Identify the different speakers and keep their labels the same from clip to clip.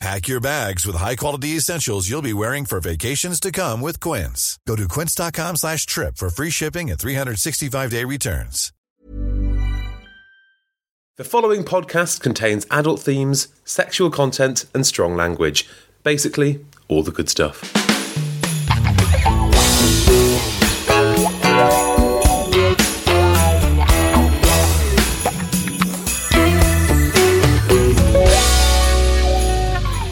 Speaker 1: Pack your bags with high-quality essentials you'll be wearing for vacations to come with Quince. Go to quince.com slash trip for free shipping and 365-day returns.
Speaker 2: The following podcast contains adult themes, sexual content, and strong language. Basically, all the good stuff.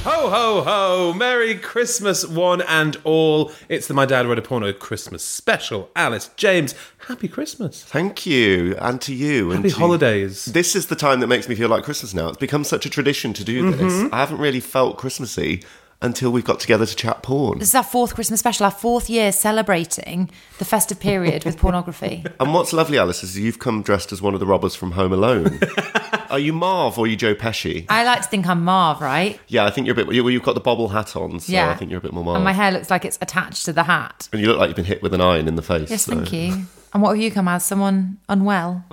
Speaker 2: Ho, ho, ho! Merry Christmas, one and all. It's the My Dad Read a Porno Christmas special. Alice, James, happy Christmas.
Speaker 3: Thank you, and to you. and
Speaker 2: Happy
Speaker 3: to-
Speaker 2: holidays.
Speaker 3: This is the time that makes me feel like Christmas now. It's become such a tradition to do this. I haven't really felt Christmassy until we got together to chat porn.
Speaker 4: This is our fourth Christmas special, our fourth year celebrating the festive period with pornography.
Speaker 3: And what's lovely, Alice, is you've come dressed as one of the robbers from Home Alone. are you Marv or are you Joe Pesci?
Speaker 4: I like to think I'm Marv, right?
Speaker 3: Yeah, I think you're a bit. you- Well, you've got the bobble hat on, so
Speaker 4: yeah.
Speaker 3: I think you're a bit more Marv.
Speaker 4: And my hair looks like it's attached to the hat.
Speaker 3: And you look like you've been hit with an iron in the face.
Speaker 4: Yes,
Speaker 3: so-
Speaker 4: thank you. And what have you come as? Someone unwell?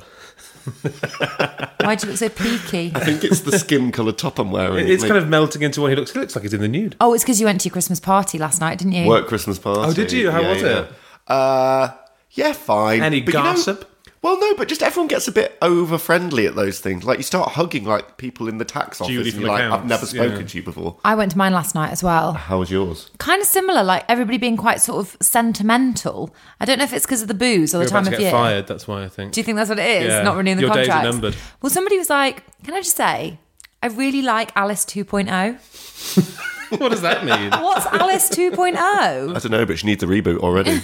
Speaker 4: Why do you look so peaky?
Speaker 3: I think it's the skin colour top I'm wearing.
Speaker 2: It's
Speaker 3: It
Speaker 2: kind of melting into one. He looks, he looks like he's in the nude.
Speaker 4: Oh, it's because you went to your Christmas party last night, didn't you?
Speaker 3: work Christmas party.
Speaker 2: Oh, did you? How
Speaker 3: Yeah,
Speaker 2: was it?
Speaker 3: yeah. Uh, yeah, fine.
Speaker 2: Any
Speaker 3: you know-
Speaker 2: gossip?
Speaker 3: well, no, but just everyone gets a bit over friendly at those things. Like you start hugging like people in the tax office.
Speaker 2: Julie
Speaker 3: and
Speaker 2: from
Speaker 3: you're like, I've
Speaker 2: accounts,
Speaker 3: never spoken
Speaker 2: yeah.
Speaker 3: to you before.
Speaker 4: I went to mine last night as well.
Speaker 3: How was yours?
Speaker 4: Kind of similar, like everybody being quite sort of sentimental. I don't know if it's because of the booze or
Speaker 2: You're
Speaker 4: the time
Speaker 2: about to
Speaker 4: of
Speaker 2: get
Speaker 4: year.
Speaker 2: fired, that's why I think.
Speaker 4: Do you think that's what it is?
Speaker 2: Yeah.
Speaker 4: Not renewing the
Speaker 2: Your days are
Speaker 4: contract.
Speaker 2: numbered.
Speaker 4: Well, somebody was like, "Can I just say, I really like Alice 2.0."
Speaker 2: what does that mean?
Speaker 4: What's Alice oh? 2.0?
Speaker 3: I don't know, but she needs a reboot already.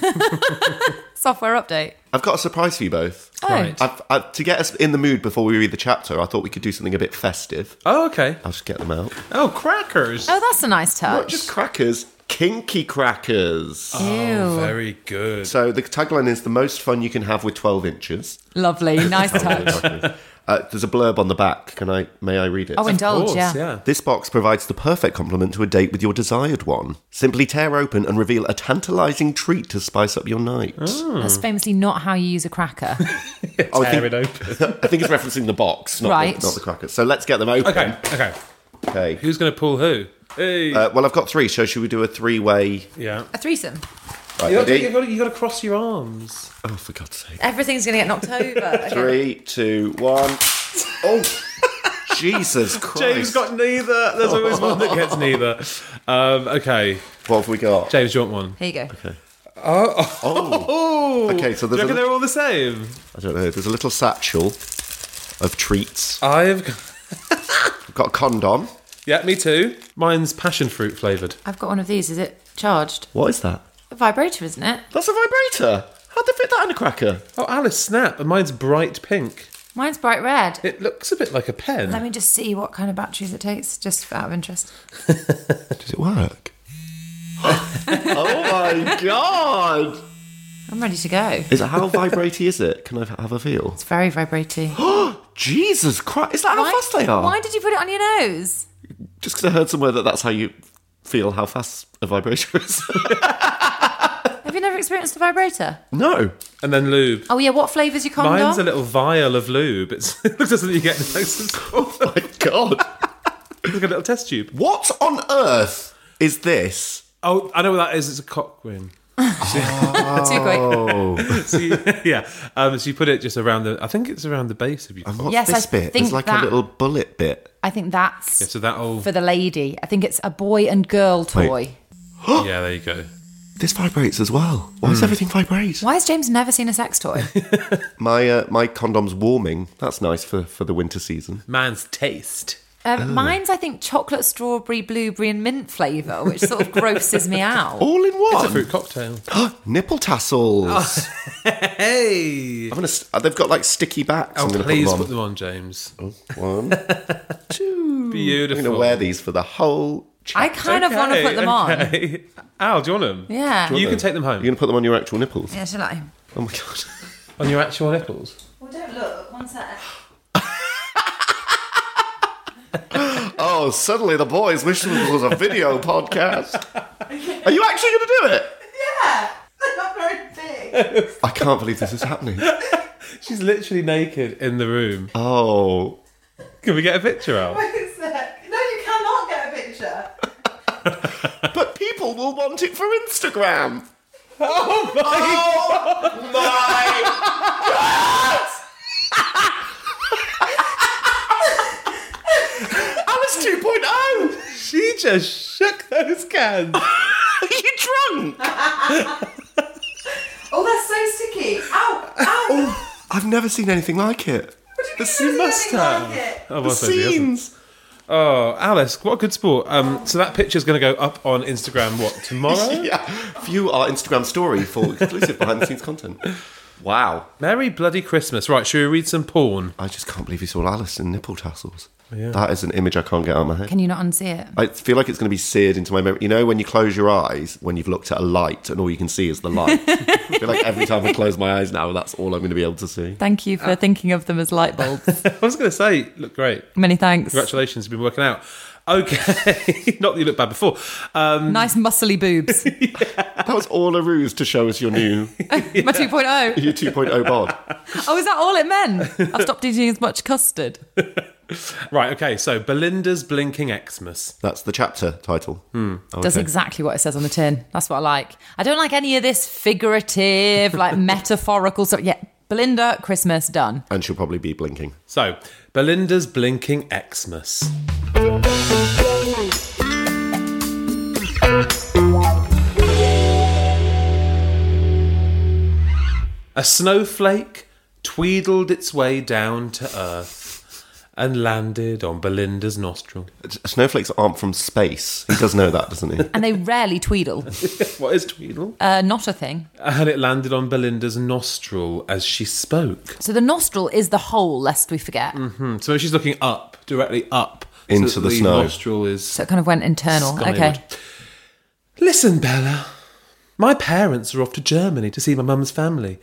Speaker 4: Software update.
Speaker 3: I've got a surprise for you both.
Speaker 4: Oh,
Speaker 2: Right.
Speaker 3: I've, I, to get us in the mood before we read the chapter, I thought we could do something a bit festive.
Speaker 2: Oh, okay.
Speaker 3: I'll just get them out.
Speaker 2: Oh, crackers.
Speaker 4: oh, that's a nice
Speaker 3: Not
Speaker 4: touch.
Speaker 3: just crackers, kinky crackers.
Speaker 2: Oh, very good.
Speaker 3: So the tagline is the most fun you can have with 12 inches.
Speaker 4: Lovely, nice touch.
Speaker 3: Uh, there's a blurb on the back. Can I? May I read it?
Speaker 4: Oh, indulge,
Speaker 2: Of course,
Speaker 4: yeah.
Speaker 3: This box provides the perfect complement to a date with your desired one. Simply tear open and reveal a tantalizing treat to spice up your night.
Speaker 2: Ah.
Speaker 4: That's famously not how you use a cracker.
Speaker 3: Oh, I,
Speaker 2: Tear
Speaker 3: think,
Speaker 2: it open.
Speaker 3: I think it's referencing the box, not,
Speaker 4: Right.
Speaker 3: the, not the crackers. So let's get them open.
Speaker 2: Okay, okay.
Speaker 3: Okay.
Speaker 2: Who's going to pull who? Hey.
Speaker 3: Uh, well, I've got three. So should we do a three-way?
Speaker 2: yeah.
Speaker 4: a threesome.
Speaker 3: Right,
Speaker 2: You've got,
Speaker 3: ready?
Speaker 2: to, cross your arms.
Speaker 3: Oh, for God's sake!
Speaker 4: Everything's going to get knocked over.
Speaker 3: Three, two, one. Oh, Jesus Christ!
Speaker 2: James got neither. There's always one that gets neither. Um, okay.
Speaker 3: what have we got?
Speaker 2: James, do you want one?
Speaker 4: Here you go.
Speaker 3: Oh,
Speaker 2: Oh.
Speaker 3: Okay, so
Speaker 2: do you
Speaker 3: there's a
Speaker 2: reckon
Speaker 3: li-
Speaker 2: they're all the same?
Speaker 3: I don't know. There's a little satchel of treats.
Speaker 2: I've.
Speaker 3: I've got a condom.
Speaker 2: Yeah, me too. Mine's passion fruit flavoured.
Speaker 4: I've got one of these. Is it charged?
Speaker 3: What is that?
Speaker 4: A vibrator, isn't it?
Speaker 3: That's a vibrator. How'd they fit that in a cracker?
Speaker 2: Oh, Alice, snap. And mine's bright pink.
Speaker 4: Mine's bright red.
Speaker 2: It looks a bit like a pen.
Speaker 4: Let me just see what kind of batteries it takes, just out of interest.
Speaker 3: Does it work? oh my god!
Speaker 4: I'm ready to go.
Speaker 3: Is how vibraty is it? Can I have a feel?
Speaker 4: It's very vibrating.
Speaker 3: Jesus Christ! Is that how fast they are?
Speaker 4: Why did you put it on your nose?
Speaker 3: Just because I heard somewhere that that's how you feel how fast a vibrator is.
Speaker 4: Have you never experienced a vibrator?
Speaker 3: no.
Speaker 2: and then lube.
Speaker 4: Oh yeah, what flavours you condom?
Speaker 2: Mine's a little vial of lube. It's, it looks as if you get in those-
Speaker 3: Oh my god!
Speaker 2: It's like a little test tube.
Speaker 3: What on earth is this?
Speaker 2: Oh, I know what that is. It's a cock Ah. ring.
Speaker 4: Too
Speaker 3: Oh.
Speaker 4: quick.
Speaker 2: So you, yeah. Um, so you put it just around the. I think it's around the base of your.
Speaker 3: And what's
Speaker 4: Yes, I
Speaker 3: this bit?
Speaker 4: think
Speaker 3: There's like
Speaker 4: that-
Speaker 3: a little bullet bit.
Speaker 4: I think that's
Speaker 2: Yeah, so that'll.
Speaker 4: for the lady. I think it's a boy and girl toy.
Speaker 2: yeah, there you go.
Speaker 3: This vibrates as well. Why does everything vibrate?
Speaker 4: Why has James never seen a sex toy?
Speaker 3: My uh, my condom's warming. That's nice for, for the winter season.
Speaker 2: Man's taste.
Speaker 3: Ah.
Speaker 4: Um, mine's, I think, chocolate, strawberry, blueberry, and mint flavour, which sort of grosses me out.
Speaker 3: All in
Speaker 2: It's a
Speaker 3: one.
Speaker 2: fruit cocktail.
Speaker 3: Nipple tassels.
Speaker 2: Oh. Hey!
Speaker 3: I'm gonna. St- they've got like sticky backs.
Speaker 2: Oh,
Speaker 3: I'm gonna
Speaker 2: please
Speaker 3: put
Speaker 2: put
Speaker 3: them
Speaker 2: them on, James.
Speaker 3: on. One.
Speaker 2: Beautiful.
Speaker 3: I'm gonna wear these for the whole.
Speaker 4: I kind of want to put them on.
Speaker 2: on. Al, do you want them?
Speaker 4: Yeah. Do
Speaker 2: You
Speaker 4: you
Speaker 2: can take them home.
Speaker 3: You're gonna put them on your actual nipples.
Speaker 4: Yeah, shall I?
Speaker 3: Oh my god.
Speaker 2: On your actual nipples.
Speaker 4: Well, don't look. One sec.
Speaker 3: Oh, suddenly the boys wish this was a video podcast. Are you actually gonna do it?
Speaker 4: Not very big.
Speaker 3: I can't believe this is happening.
Speaker 2: She's literally naked in the room.
Speaker 3: Oh.
Speaker 2: Can we get a picture, Al?
Speaker 4: No, you cannot get a picture.
Speaker 3: But people will want it for Instagram. Oh
Speaker 2: Oh my
Speaker 3: My God! Alice oh! 2.0!
Speaker 2: She just shook those cans.
Speaker 3: Are you drunk?
Speaker 4: Oh, that's so sticky. Ow! Ow!
Speaker 3: Oh, I've never seen anything like it.
Speaker 2: you must have. Oh,
Speaker 3: The
Speaker 2: well, so she hasn't.
Speaker 3: scenes.
Speaker 2: Oh, Alice, what a good sport. Um, so that picture's going to go up on Instagram, what, tomorrow?
Speaker 3: Yeah. View our Instagram story for exclusive behind the scenes content. Wow.
Speaker 2: Merry bloody Christmas. Right, should we read some porn?
Speaker 3: I just can't believe you saw Alice in nipple tassels. That is an image I can't get out of my head.
Speaker 4: Can you not unsee it?
Speaker 3: I feel like it's going to be seared into my memory. You know, when you close your eyes, when you've looked at a light and all you can see is the light. I feel like every time I close my eyes now, that's all I'm going to be able to see.
Speaker 4: Thank you for thinking of them as light bulbs.
Speaker 2: I was going to say, look great.
Speaker 4: Many thanks.
Speaker 2: Congratulations, you've been working out. Okay, not that you looked bad before. Um,
Speaker 4: Nice muscly boobs.
Speaker 3: That was all a ruse to show us your new
Speaker 4: My 2.0.
Speaker 3: your 2.0 bod.
Speaker 4: Oh, is that all it meant? I've stopped eating as much custard.
Speaker 2: right, okay, so Belinda's Blinking Xmas.
Speaker 3: That's the chapter title.
Speaker 4: Does exactly what it says on the tin. That's what I like. I don't like any of this figurative, like metaphorical stuff. Yeah, Belinda, Christmas, done.
Speaker 3: And she'll probably be blinking.
Speaker 2: So, Belinda's Blinking Xmas. A snowflake tweedled its way down to earth and landed on Belinda's nostril.
Speaker 3: Snowflakes aren't from space. He does know that, doesn't he?
Speaker 4: And they rarely tweedle.
Speaker 2: What is tweedle?
Speaker 4: Uh, not a thing.
Speaker 2: And it landed on Belinda's nostril as she spoke.
Speaker 4: So the nostril is the hole, lest we forget.
Speaker 2: Hmm, So she's looking up, directly up so
Speaker 3: Into
Speaker 2: that
Speaker 3: the snow.
Speaker 2: Nostril is
Speaker 4: So it kind of went internal.
Speaker 2: Skyward.
Speaker 4: Okay.
Speaker 2: Listen, Bella. My parents are off to Germany to see my mum's family,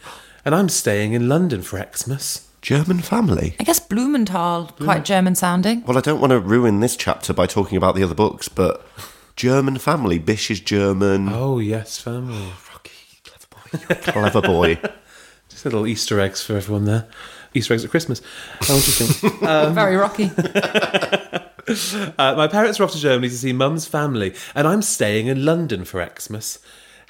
Speaker 2: and I'm staying in London for Xmas.
Speaker 3: German family.
Speaker 4: I guess Blumenthal, quite German sounding.
Speaker 3: Well, I don't want to ruin this chapter by talking about the other books, but German family. Bish is German.
Speaker 2: Oh, yes, family.
Speaker 3: Rocky, clever boy. You're a clever boy.
Speaker 2: Just little Easter eggs for everyone there. Easter eggs at Christmas. How interesting.
Speaker 4: Very rocky.
Speaker 2: Um, uh, my parents are off to Germany to see mum's family, and I'm staying in London for Xmas.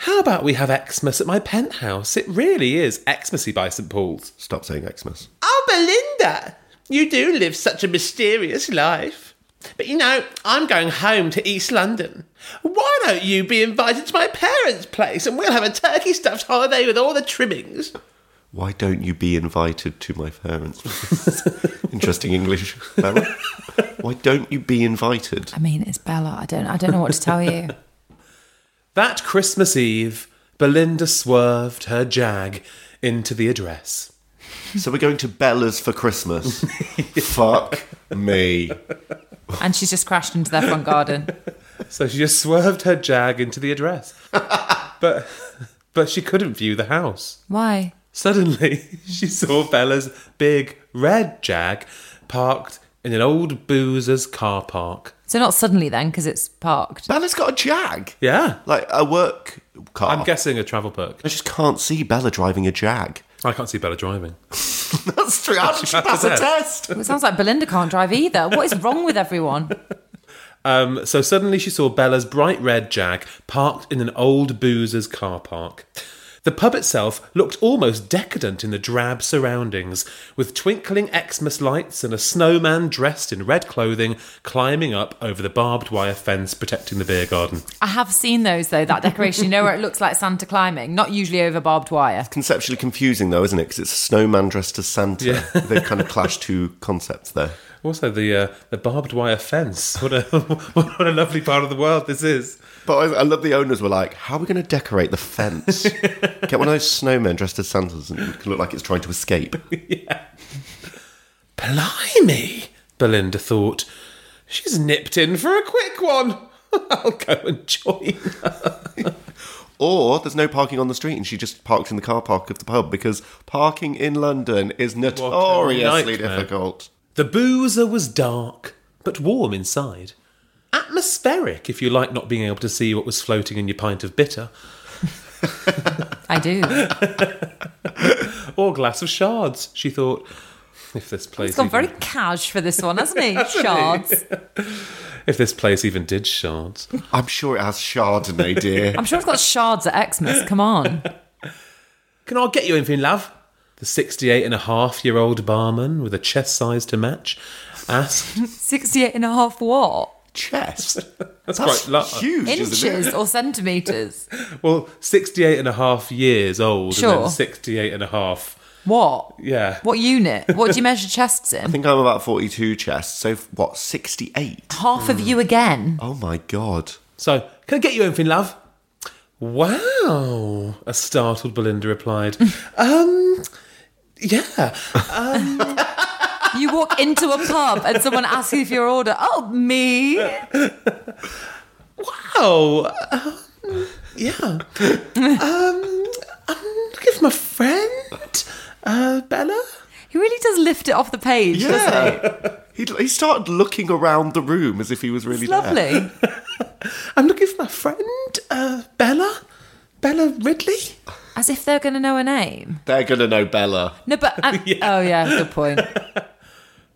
Speaker 2: How about we have Xmas at my penthouse? It really is Xmasy by St Paul's.
Speaker 3: Stop saying Xmas.
Speaker 5: Oh, Belinda, you do live such a mysterious life. But you know, I'm going home to East London. Why don't you be invited to my parents' place and we'll have a turkey stuffed holiday with all the trimmings?
Speaker 3: Why don't you be invited to my parents? Interesting English. Bella. Why don't you be invited?
Speaker 4: I mean, it's Bella. I don't. I don't know what to tell you.
Speaker 2: That Christmas Eve, Belinda swerved her jag into the address.
Speaker 3: So we're going to Bella's for Christmas. Fuck me.
Speaker 4: And she's just crashed into their front garden.
Speaker 2: So she just swerved her jag into the address. but but she couldn't view the house.
Speaker 4: Why?
Speaker 2: Suddenly, she saw Bella's big red jag parked in an old boozer's car park.
Speaker 4: So not suddenly then, because it's parked.
Speaker 3: Bella's got a jag.
Speaker 2: Yeah.
Speaker 3: Like a work car.
Speaker 2: I'm guessing a travel perk.
Speaker 3: I just can't see Bella driving a jag.
Speaker 2: I can't see Bella driving.
Speaker 3: That's true. How did she pass a test?
Speaker 4: It sounds like Belinda can't drive either. What is wrong with everyone?
Speaker 2: Um, so suddenly she saw Bella's bright red jag parked in an old boozer's car park. The pub itself looked almost decadent in the drab surroundings, with twinkling Xmas lights and a snowman dressed in red clothing climbing up over the barbed wire fence protecting the beer garden.
Speaker 4: I have seen those though. That decoration, you know, where it looks like Santa climbing, not usually over barbed wire.
Speaker 3: Conceptually confusing though, isn't it? Because it's a snowman dressed as Santa. They've kind of clashed two concepts there.
Speaker 2: Also, the uh, the barbed wire fence. What a what a lovely part of the world this is.
Speaker 3: But I, I love the owners were like, "How are we going to decorate the fence? Get one of those snowmen dressed as Santas and it can look like it's trying to escape."
Speaker 2: Blimey, Belinda thought. She's nipped in for a quick one. I'll go and join her.
Speaker 3: Or there's no parking on the street, and she just parked in the car park of the pub because parking in London is notoriously
Speaker 2: nightmare.
Speaker 3: difficult.
Speaker 2: The boozer was dark, but warm inside. Atmospheric, if you like not being able to see what was floating in your pint of bitter,
Speaker 4: I do.
Speaker 2: or glass of shards, she thought. If this place
Speaker 4: It's gone
Speaker 2: even-
Speaker 4: very cash for this one, hasn't he? Shards.
Speaker 2: if this place even did shards.
Speaker 3: I'm sure it has Chardonnay, dear.
Speaker 4: I'm sure it's got shards at Xmas. Come on.
Speaker 2: Can I get you anything, love? The 68 and a half year old barman with a chest size to match asked.
Speaker 4: 68 and a half what?
Speaker 3: Chest.
Speaker 2: That's,
Speaker 3: That's
Speaker 2: quite lo-
Speaker 3: huge, isn't
Speaker 4: Inches
Speaker 3: it?
Speaker 4: or centimetres?
Speaker 2: Well, 68 and a half years old and
Speaker 4: Sure.
Speaker 2: then 68 and a half.
Speaker 4: What?
Speaker 2: Yeah.
Speaker 4: What unit? What do you measure chests
Speaker 3: I
Speaker 4: in?
Speaker 3: think I'm about 42 chest, so what, 68?
Speaker 4: Half of you again.
Speaker 3: Oh my god.
Speaker 2: So, can I get you anything, love? Wow, a startled Belinda replied. um, yeah.
Speaker 4: You walk into a pub and someone asks you for your order. Oh, me?
Speaker 2: Wow. um, yeah. Um, I'm looking for my friend, uh, Bella.
Speaker 4: He really does lift it off the page, doesn't he?
Speaker 3: He, he started looking around the room as if he was really
Speaker 4: It's
Speaker 3: there.
Speaker 4: lovely.
Speaker 2: I'm looking for my friend, uh, Bella. Bella Ridley.
Speaker 4: As if they're going to know a name.
Speaker 3: They're going to know Bella.
Speaker 4: No, but. and- Oh, yeah, good point.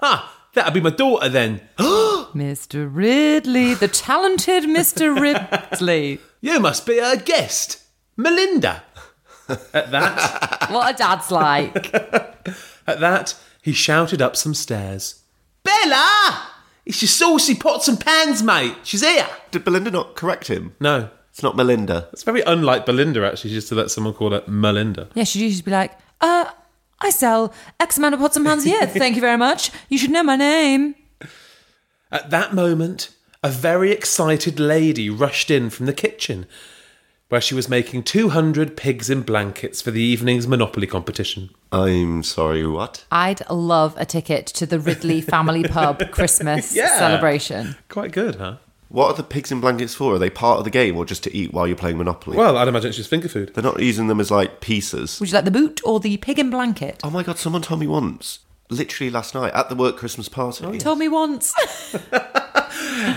Speaker 2: Ah, that'll be my daughter then.
Speaker 4: Mr. Ridley, the talented Mr. Ridley.
Speaker 2: You must be her guest, Melinda. At that,
Speaker 4: What a dad's like.
Speaker 2: at that, he shouted up some stairs. Bella! It's your saucy pots and pans, mate. She's here.
Speaker 3: Did Belinda not correct him?
Speaker 2: No,
Speaker 3: It's not Melinda.
Speaker 2: it's very unlike Belinda actually, just to let someone call her Melinda.
Speaker 4: Yeah, she'd usually be like, uh, I sell X amount of pots and pans a year. Thank you very much. You should know my name.
Speaker 2: At that moment, a very excited lady rushed in from the kitchen, where she was making 200 pigs in blankets for the evening's Monopoly competition.
Speaker 3: I'm sorry, what?
Speaker 4: I'd love a ticket to the Ridley family pub Christmas
Speaker 2: Yeah.
Speaker 4: celebration.
Speaker 2: Quite good, huh?
Speaker 3: What are the pigs in blankets for? Are they part of the game or just to eat while you're playing Monopoly?
Speaker 2: Well, I'd imagine it's just finger food.
Speaker 3: They're not using them as like pieces.
Speaker 4: Would you like the boot or the pig in blanket?
Speaker 3: Oh my god, someone told me once, literally last night at the work Christmas party.
Speaker 4: Told me once.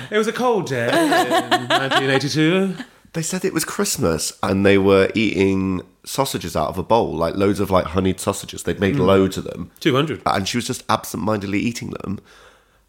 Speaker 2: It was a cold day in 1982.
Speaker 3: They said it was Christmas and they were eating sausages out of a bowl, like loads of like honeyed sausages. They'd made loads of them.
Speaker 2: 200.
Speaker 3: And she was just absent-mindedly eating them.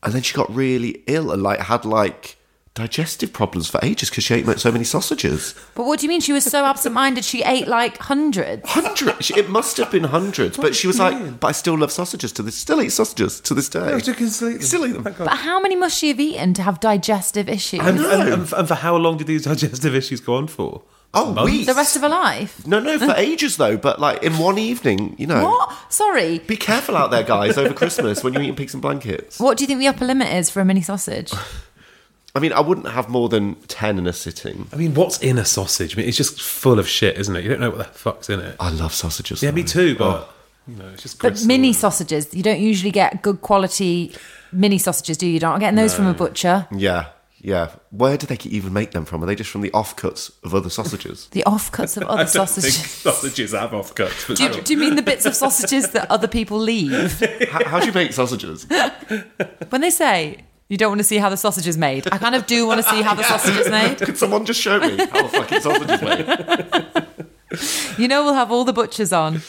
Speaker 3: And then she got really ill and like had like digestive problems for ages because she ate so many sausages.
Speaker 4: but what do you mean she was so absent minded she ate like hundreds?
Speaker 3: Hundreds. It must have been hundreds. But she was like, but I still love sausages to this still eat sausages to this day. Still eat them.
Speaker 4: But how many must she have eaten to have digestive issues?
Speaker 2: And, and, and, and for how long did these digestive issues go on for?
Speaker 3: Oh,
Speaker 2: Months?
Speaker 3: weeks.
Speaker 4: the rest of her life?
Speaker 3: No, no, for ages though, but like in one evening, you know.
Speaker 4: What? Sorry.
Speaker 3: Be careful out there, guys, over Christmas when you're eating pigs and blankets.
Speaker 4: What do you think the upper limit is for a mini sausage?
Speaker 3: I mean, I wouldn't have more than 10 in a sitting.
Speaker 2: I mean, what's in a sausage? I mean, it's just full of shit, isn't it? You don't know what the fuck's in it.
Speaker 3: I love sausages.
Speaker 2: Yeah,
Speaker 3: though.
Speaker 2: me too,
Speaker 3: Oh,
Speaker 2: but, you know, it's just
Speaker 4: But
Speaker 2: gristle
Speaker 4: mini
Speaker 2: and-
Speaker 4: sausages, you don't usually get good quality mini sausages, do you? Don't getting those from a butcher.
Speaker 3: yeah, yeah. Where do they even make them from? Are they just from the offcuts of other sausages?
Speaker 4: The offcuts of
Speaker 2: I
Speaker 4: other
Speaker 2: don't think
Speaker 4: sausages.
Speaker 2: sausages have offcuts. But
Speaker 4: Do you, do you mean the bits of sausages that other people leave?
Speaker 3: how, how do you make sausages?
Speaker 4: When they say you don't want to see how the sausage is made, I kind of do want to see how the sausage is made.
Speaker 3: Could someone just show me how a fucking sausage is made?
Speaker 4: You know, we'll have all the butchers on.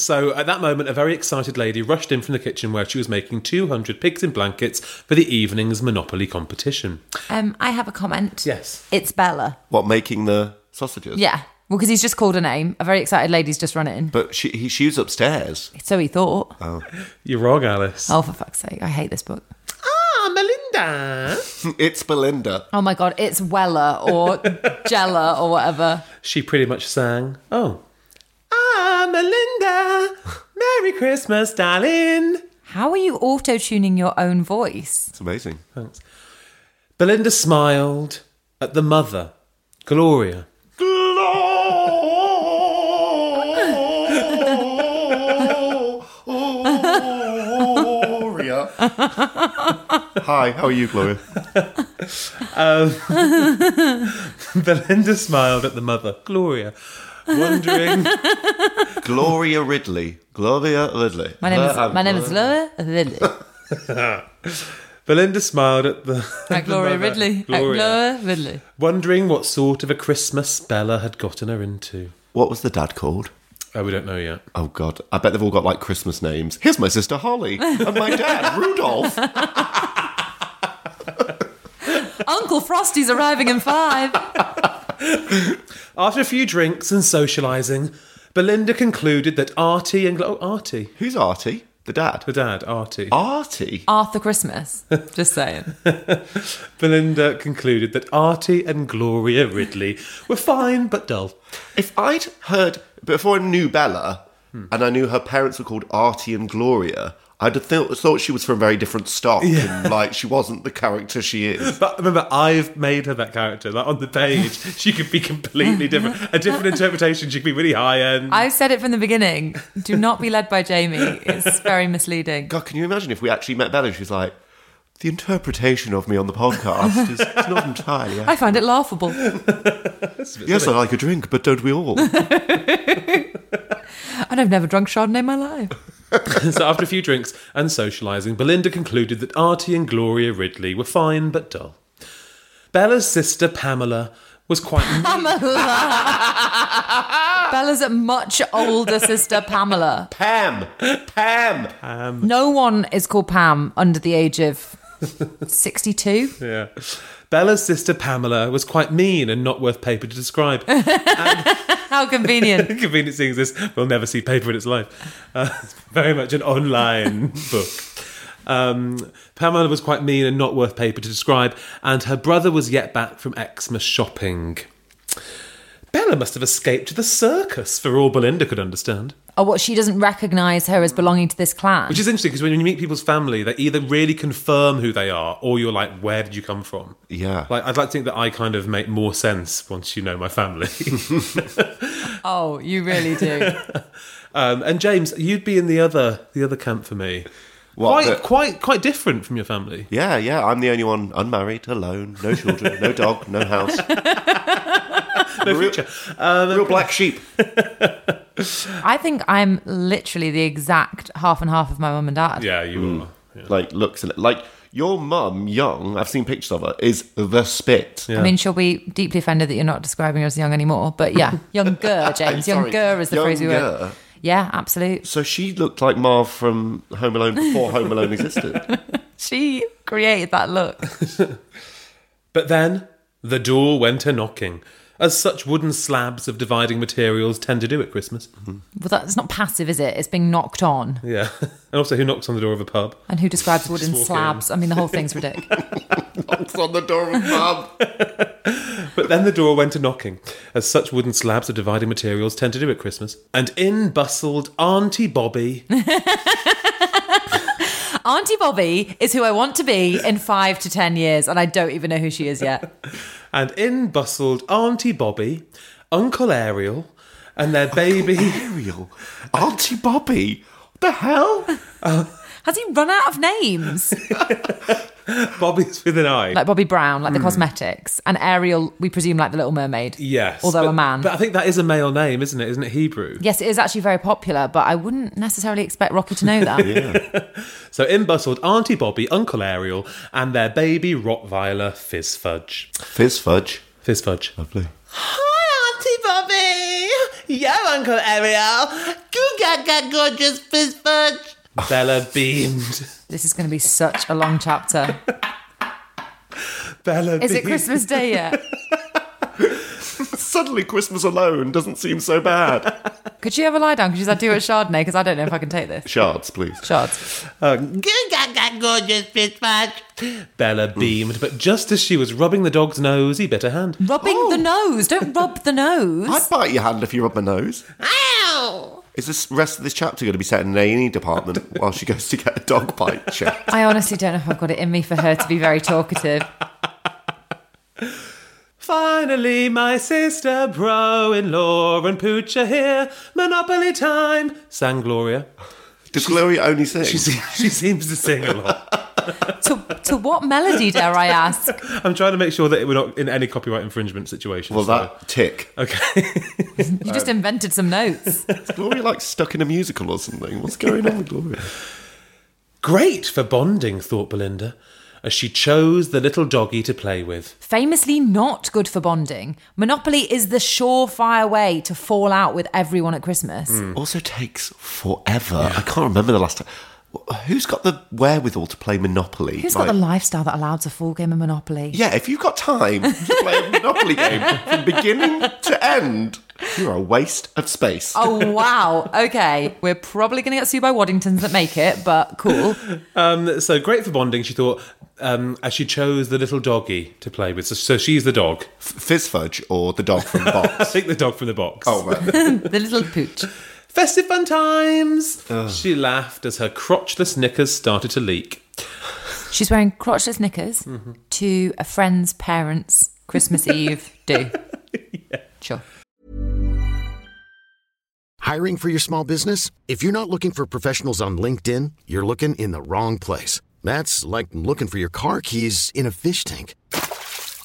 Speaker 2: So at that moment, a very excited lady rushed in from the kitchen where she was making 200 pigs in blankets for the evening's Monopoly competition.
Speaker 4: Um, I have a comment.
Speaker 2: Yes.
Speaker 4: It's Bella.
Speaker 3: What, making the sausages?
Speaker 4: Yeah. Well, because he's just called her name. A very excited lady's just run in.
Speaker 3: But she, he, she was upstairs.
Speaker 4: So he thought.
Speaker 2: You're wrong, Alice.
Speaker 4: Oh, for fuck's sake. I hate this book.
Speaker 5: Ah, Melinda.
Speaker 3: It's Belinda.
Speaker 4: Oh my God. It's Weller or Jella or whatever.
Speaker 2: She pretty much sang, Oh, ah, Melinda, Merry Christmas, darling.
Speaker 4: How are you auto tuning your own voice?
Speaker 3: It's amazing.
Speaker 2: Belinda smiled at the mother, Gloria.
Speaker 3: Gloria. Hi, how are you, Gloria?
Speaker 2: Belinda smiled at the mother, Gloria, wondering
Speaker 3: Gloria Ridley. Gloria Ridley.
Speaker 4: My name is
Speaker 3: Uh,
Speaker 4: my name is Laura Ridley.
Speaker 2: Belinda smiled at the
Speaker 4: At Gloria
Speaker 2: the mother,
Speaker 4: Ridley. At
Speaker 2: Gloria,
Speaker 4: Laura Ridley.
Speaker 2: wondering what sort of a Christmas Bella had gotten her into.
Speaker 3: What was the dad called?
Speaker 2: Oh, we don't know yet.
Speaker 3: Oh God! I bet they've all got like Christmas names. Here's my sister Holly and my dad Rudolph.
Speaker 4: Uncle Frosty's arriving in five.
Speaker 2: After a few drinks and socialising, Belinda concluded that Artie and Glo- oh, Artie,
Speaker 3: Who's Artie? The
Speaker 2: her
Speaker 3: dad.
Speaker 2: dad, Artie.
Speaker 3: Artie.
Speaker 4: Arthur Christmas. Just saying.
Speaker 2: Belinda concluded that Artie and Gloria Ridley were fine but dull.
Speaker 3: If I'd heard before I knew Bella,
Speaker 4: Hmm.
Speaker 3: and I knew her parents were called Artie and Gloria, I'd have thought, thought she was from very different stock. And, like she wasn't the character she is.
Speaker 2: But remember, I've made her that character. Like on the page, she could be completely different. A different interpretation. She could be really high end.
Speaker 4: I've said it from the beginning. Do not be led by Jamie. It's very misleading.
Speaker 3: God, can you imagine if we actually met Bella? and She's like, the interpretation of me on the podcast is it's not entirely.
Speaker 4: I find it laughable.
Speaker 3: yes, I like a drink, but don't we all?
Speaker 4: And I've never drunk Chardonnay in my life.
Speaker 2: so after a few drinks and socialising, Belinda concluded that Artie and Gloria Ridley were fine but dull. Bella's sister Pamela was quite.
Speaker 4: Bella's much older sister, Pamela.
Speaker 3: Pam, Pam.
Speaker 4: No one is called Pam under the age of 62.
Speaker 2: yeah. Bella's sister Pamela was quite mean and not worth paper to describe.
Speaker 4: How convenient.
Speaker 2: Convenient seeing this, we'll never see paper in its life. Uh, it's very much an online book. Um, Pamela was quite mean and not worth paper to describe, and her brother was yet back from Xmas shopping. Bella must have escaped to the circus, for all Belinda could understand.
Speaker 4: Oh, what? She doesn't recognise her as belonging to this clan.
Speaker 2: Which is interesting because when you meet people's family, they either really confirm who they are, or you're like, "Where did you come from?"
Speaker 3: Yeah.
Speaker 2: Like, I'd like to think that I kind of make more sense once you know my family.
Speaker 4: oh, you really do.
Speaker 2: Um, and James, you'd be in the other the other camp for me.
Speaker 3: What,
Speaker 2: quite
Speaker 3: the-
Speaker 2: quite quite different from your family.
Speaker 3: Yeah, yeah. I'm the only one unmarried, alone, no children, no dog, no house.
Speaker 2: No future. Um,
Speaker 3: Real black sheep.
Speaker 4: I think I'm literally the exact half and half of my mum and dad.
Speaker 2: Yeah, you
Speaker 3: Hmm.
Speaker 2: are. Yeah.
Speaker 3: Like looks and like your mum, young. I've seen pictures of her. Is the spit?
Speaker 4: I mean, she'll be deeply offended that you're not describing her as young anymore. But yeah, younger, James.
Speaker 3: Sorry,
Speaker 4: Younger is the phrase we
Speaker 3: younger.
Speaker 4: were. Yeah, absolute.
Speaker 3: So she looked like Marv from Home Alone before Home Alone existed.
Speaker 4: She created that look.
Speaker 2: But then the door went a knocking, as such wooden slabs of dividing materials tend to do at Christmas.
Speaker 3: Hmm.
Speaker 4: Well, that's not passive, is it? It's being knocked on.
Speaker 2: Yeah, and also who knocks on the door of a pub?
Speaker 4: And who describes wooden
Speaker 2: walk in.
Speaker 4: slabs? I mean, the whole thing's ridiculous.
Speaker 3: Knocks on the door of mum.
Speaker 2: But then the door went a knocking, as such wooden slabs of dividing materials tend to do at Christmas. And in bustled Auntie Bobby.
Speaker 4: Auntie Bobby is who I want to be in five to ten years, and I don't even know who she is yet.
Speaker 2: and in bustled Auntie Bobby, Uncle Ariel, and their baby.
Speaker 3: Ariel, Auntie Bobby. What the hell?
Speaker 4: Has he run out of names?
Speaker 2: Bobby's with an eye.
Speaker 4: Like Bobby Brown,
Speaker 2: Hmm.
Speaker 4: like the cosmetics, and Ariel, we presume, like the Little Mermaid.
Speaker 2: yes.
Speaker 4: Although
Speaker 2: but-
Speaker 4: a man.
Speaker 2: But I think that is a male name, isn't it? Isn't it Hebrew?
Speaker 4: Yes, it is actually very popular, but I wouldn't necessarily expect Rocky to know that.
Speaker 2: So in bustled Auntie Bobby, Uncle Ariel, and their baby Rottweiler Fizz Fudge.
Speaker 3: Fizz fudge.
Speaker 2: Fizz Fudge.
Speaker 3: Lovely.
Speaker 5: Hi, Auntie Bobby. Yo, Uncle Ariel. Goo ga ga gorgeous fizz fudge.
Speaker 2: Bella beamed.
Speaker 4: This is going to be such a long chapter.
Speaker 2: Bella
Speaker 4: Is it
Speaker 2: beamed.
Speaker 4: Christmas Day yet?
Speaker 3: Suddenly, Christmas alone doesn't seem so bad.
Speaker 4: Could she ever lie down? Because she's like, do it Chardonnay, because I don't know if I can take this.
Speaker 3: Shards, please.
Speaker 4: Shards.
Speaker 5: Gorgeous Fitzbudge.
Speaker 2: Bella beamed, but just as she was rubbing the dog's nose, he bit her hand.
Speaker 4: Rubbing the
Speaker 2: Oh.
Speaker 4: nose. Don't rub the nose.
Speaker 3: I'd bite your hand if you rub my nose.
Speaker 5: Ow!
Speaker 3: Is this rest of this chapter going to be set in an A&E department while she goes to get a dog bite check?
Speaker 4: I honestly don't know if I've got it in me for her to be very talkative.
Speaker 2: Finally, my sister, bro-in-law, and Pooch are here. Monopoly time, sang Gloria.
Speaker 3: Does Gloria only sing?
Speaker 2: She, se- she seems to sing a lot.
Speaker 4: to, to what melody, dare I ask?
Speaker 2: I'm trying to make sure that we're not in any copyright infringement situation.
Speaker 3: well,
Speaker 2: so-
Speaker 3: that tick.
Speaker 2: Okay.
Speaker 4: You just invented some notes.
Speaker 3: Is Gloria like stuck in a musical or something? What's going on with Gloria?
Speaker 2: Great for bonding, thought Belinda, as she chose the little doggy to play with.
Speaker 4: Famously not good for bonding, Monopoly is the surefire way to fall out with everyone at Christmas.
Speaker 3: Also takes forever. I can't remember the last time. Who's got the wherewithal to play Monopoly?
Speaker 4: Who's
Speaker 3: Like-
Speaker 4: got the lifestyle that allows a full game of Monopoly?
Speaker 3: Yeah, if you've got time to play a Monopoly game from beginning to end, you're a waste of space.
Speaker 4: Oh, wow. Okay. We're probably going to get sued by Waddingtons that make it, but cool.
Speaker 2: So great for bonding, she thought, um, as she chose the little doggy to play with. So, so she's the dog.
Speaker 3: Fizz Fudge or the dog from the box?
Speaker 2: Take the dog from the box.
Speaker 3: oh, right.
Speaker 4: The little pooch.
Speaker 2: Festive fun times! She laughed as her crotchless knickers started to leak.
Speaker 4: She's wearing crotchless knickers to a friend's parents' Christmas Eve do. Sure.
Speaker 6: Hiring for your small business? If you're not looking for professionals on LinkedIn, you're looking in the wrong place. That's like looking for your car keys in a fish tank.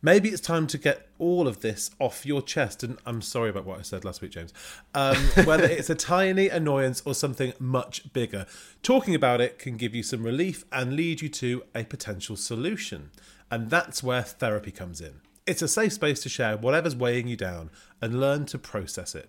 Speaker 2: Maybe it's time to get all of this off your chest. And I'm sorry about what I said last week, James. Um, whether it's a tiny annoyance or something much bigger, talking about it can give you some relief and lead you to a potential solution. And that's where therapy comes in. It's a safe space to share whatever's weighing you down and learn to process it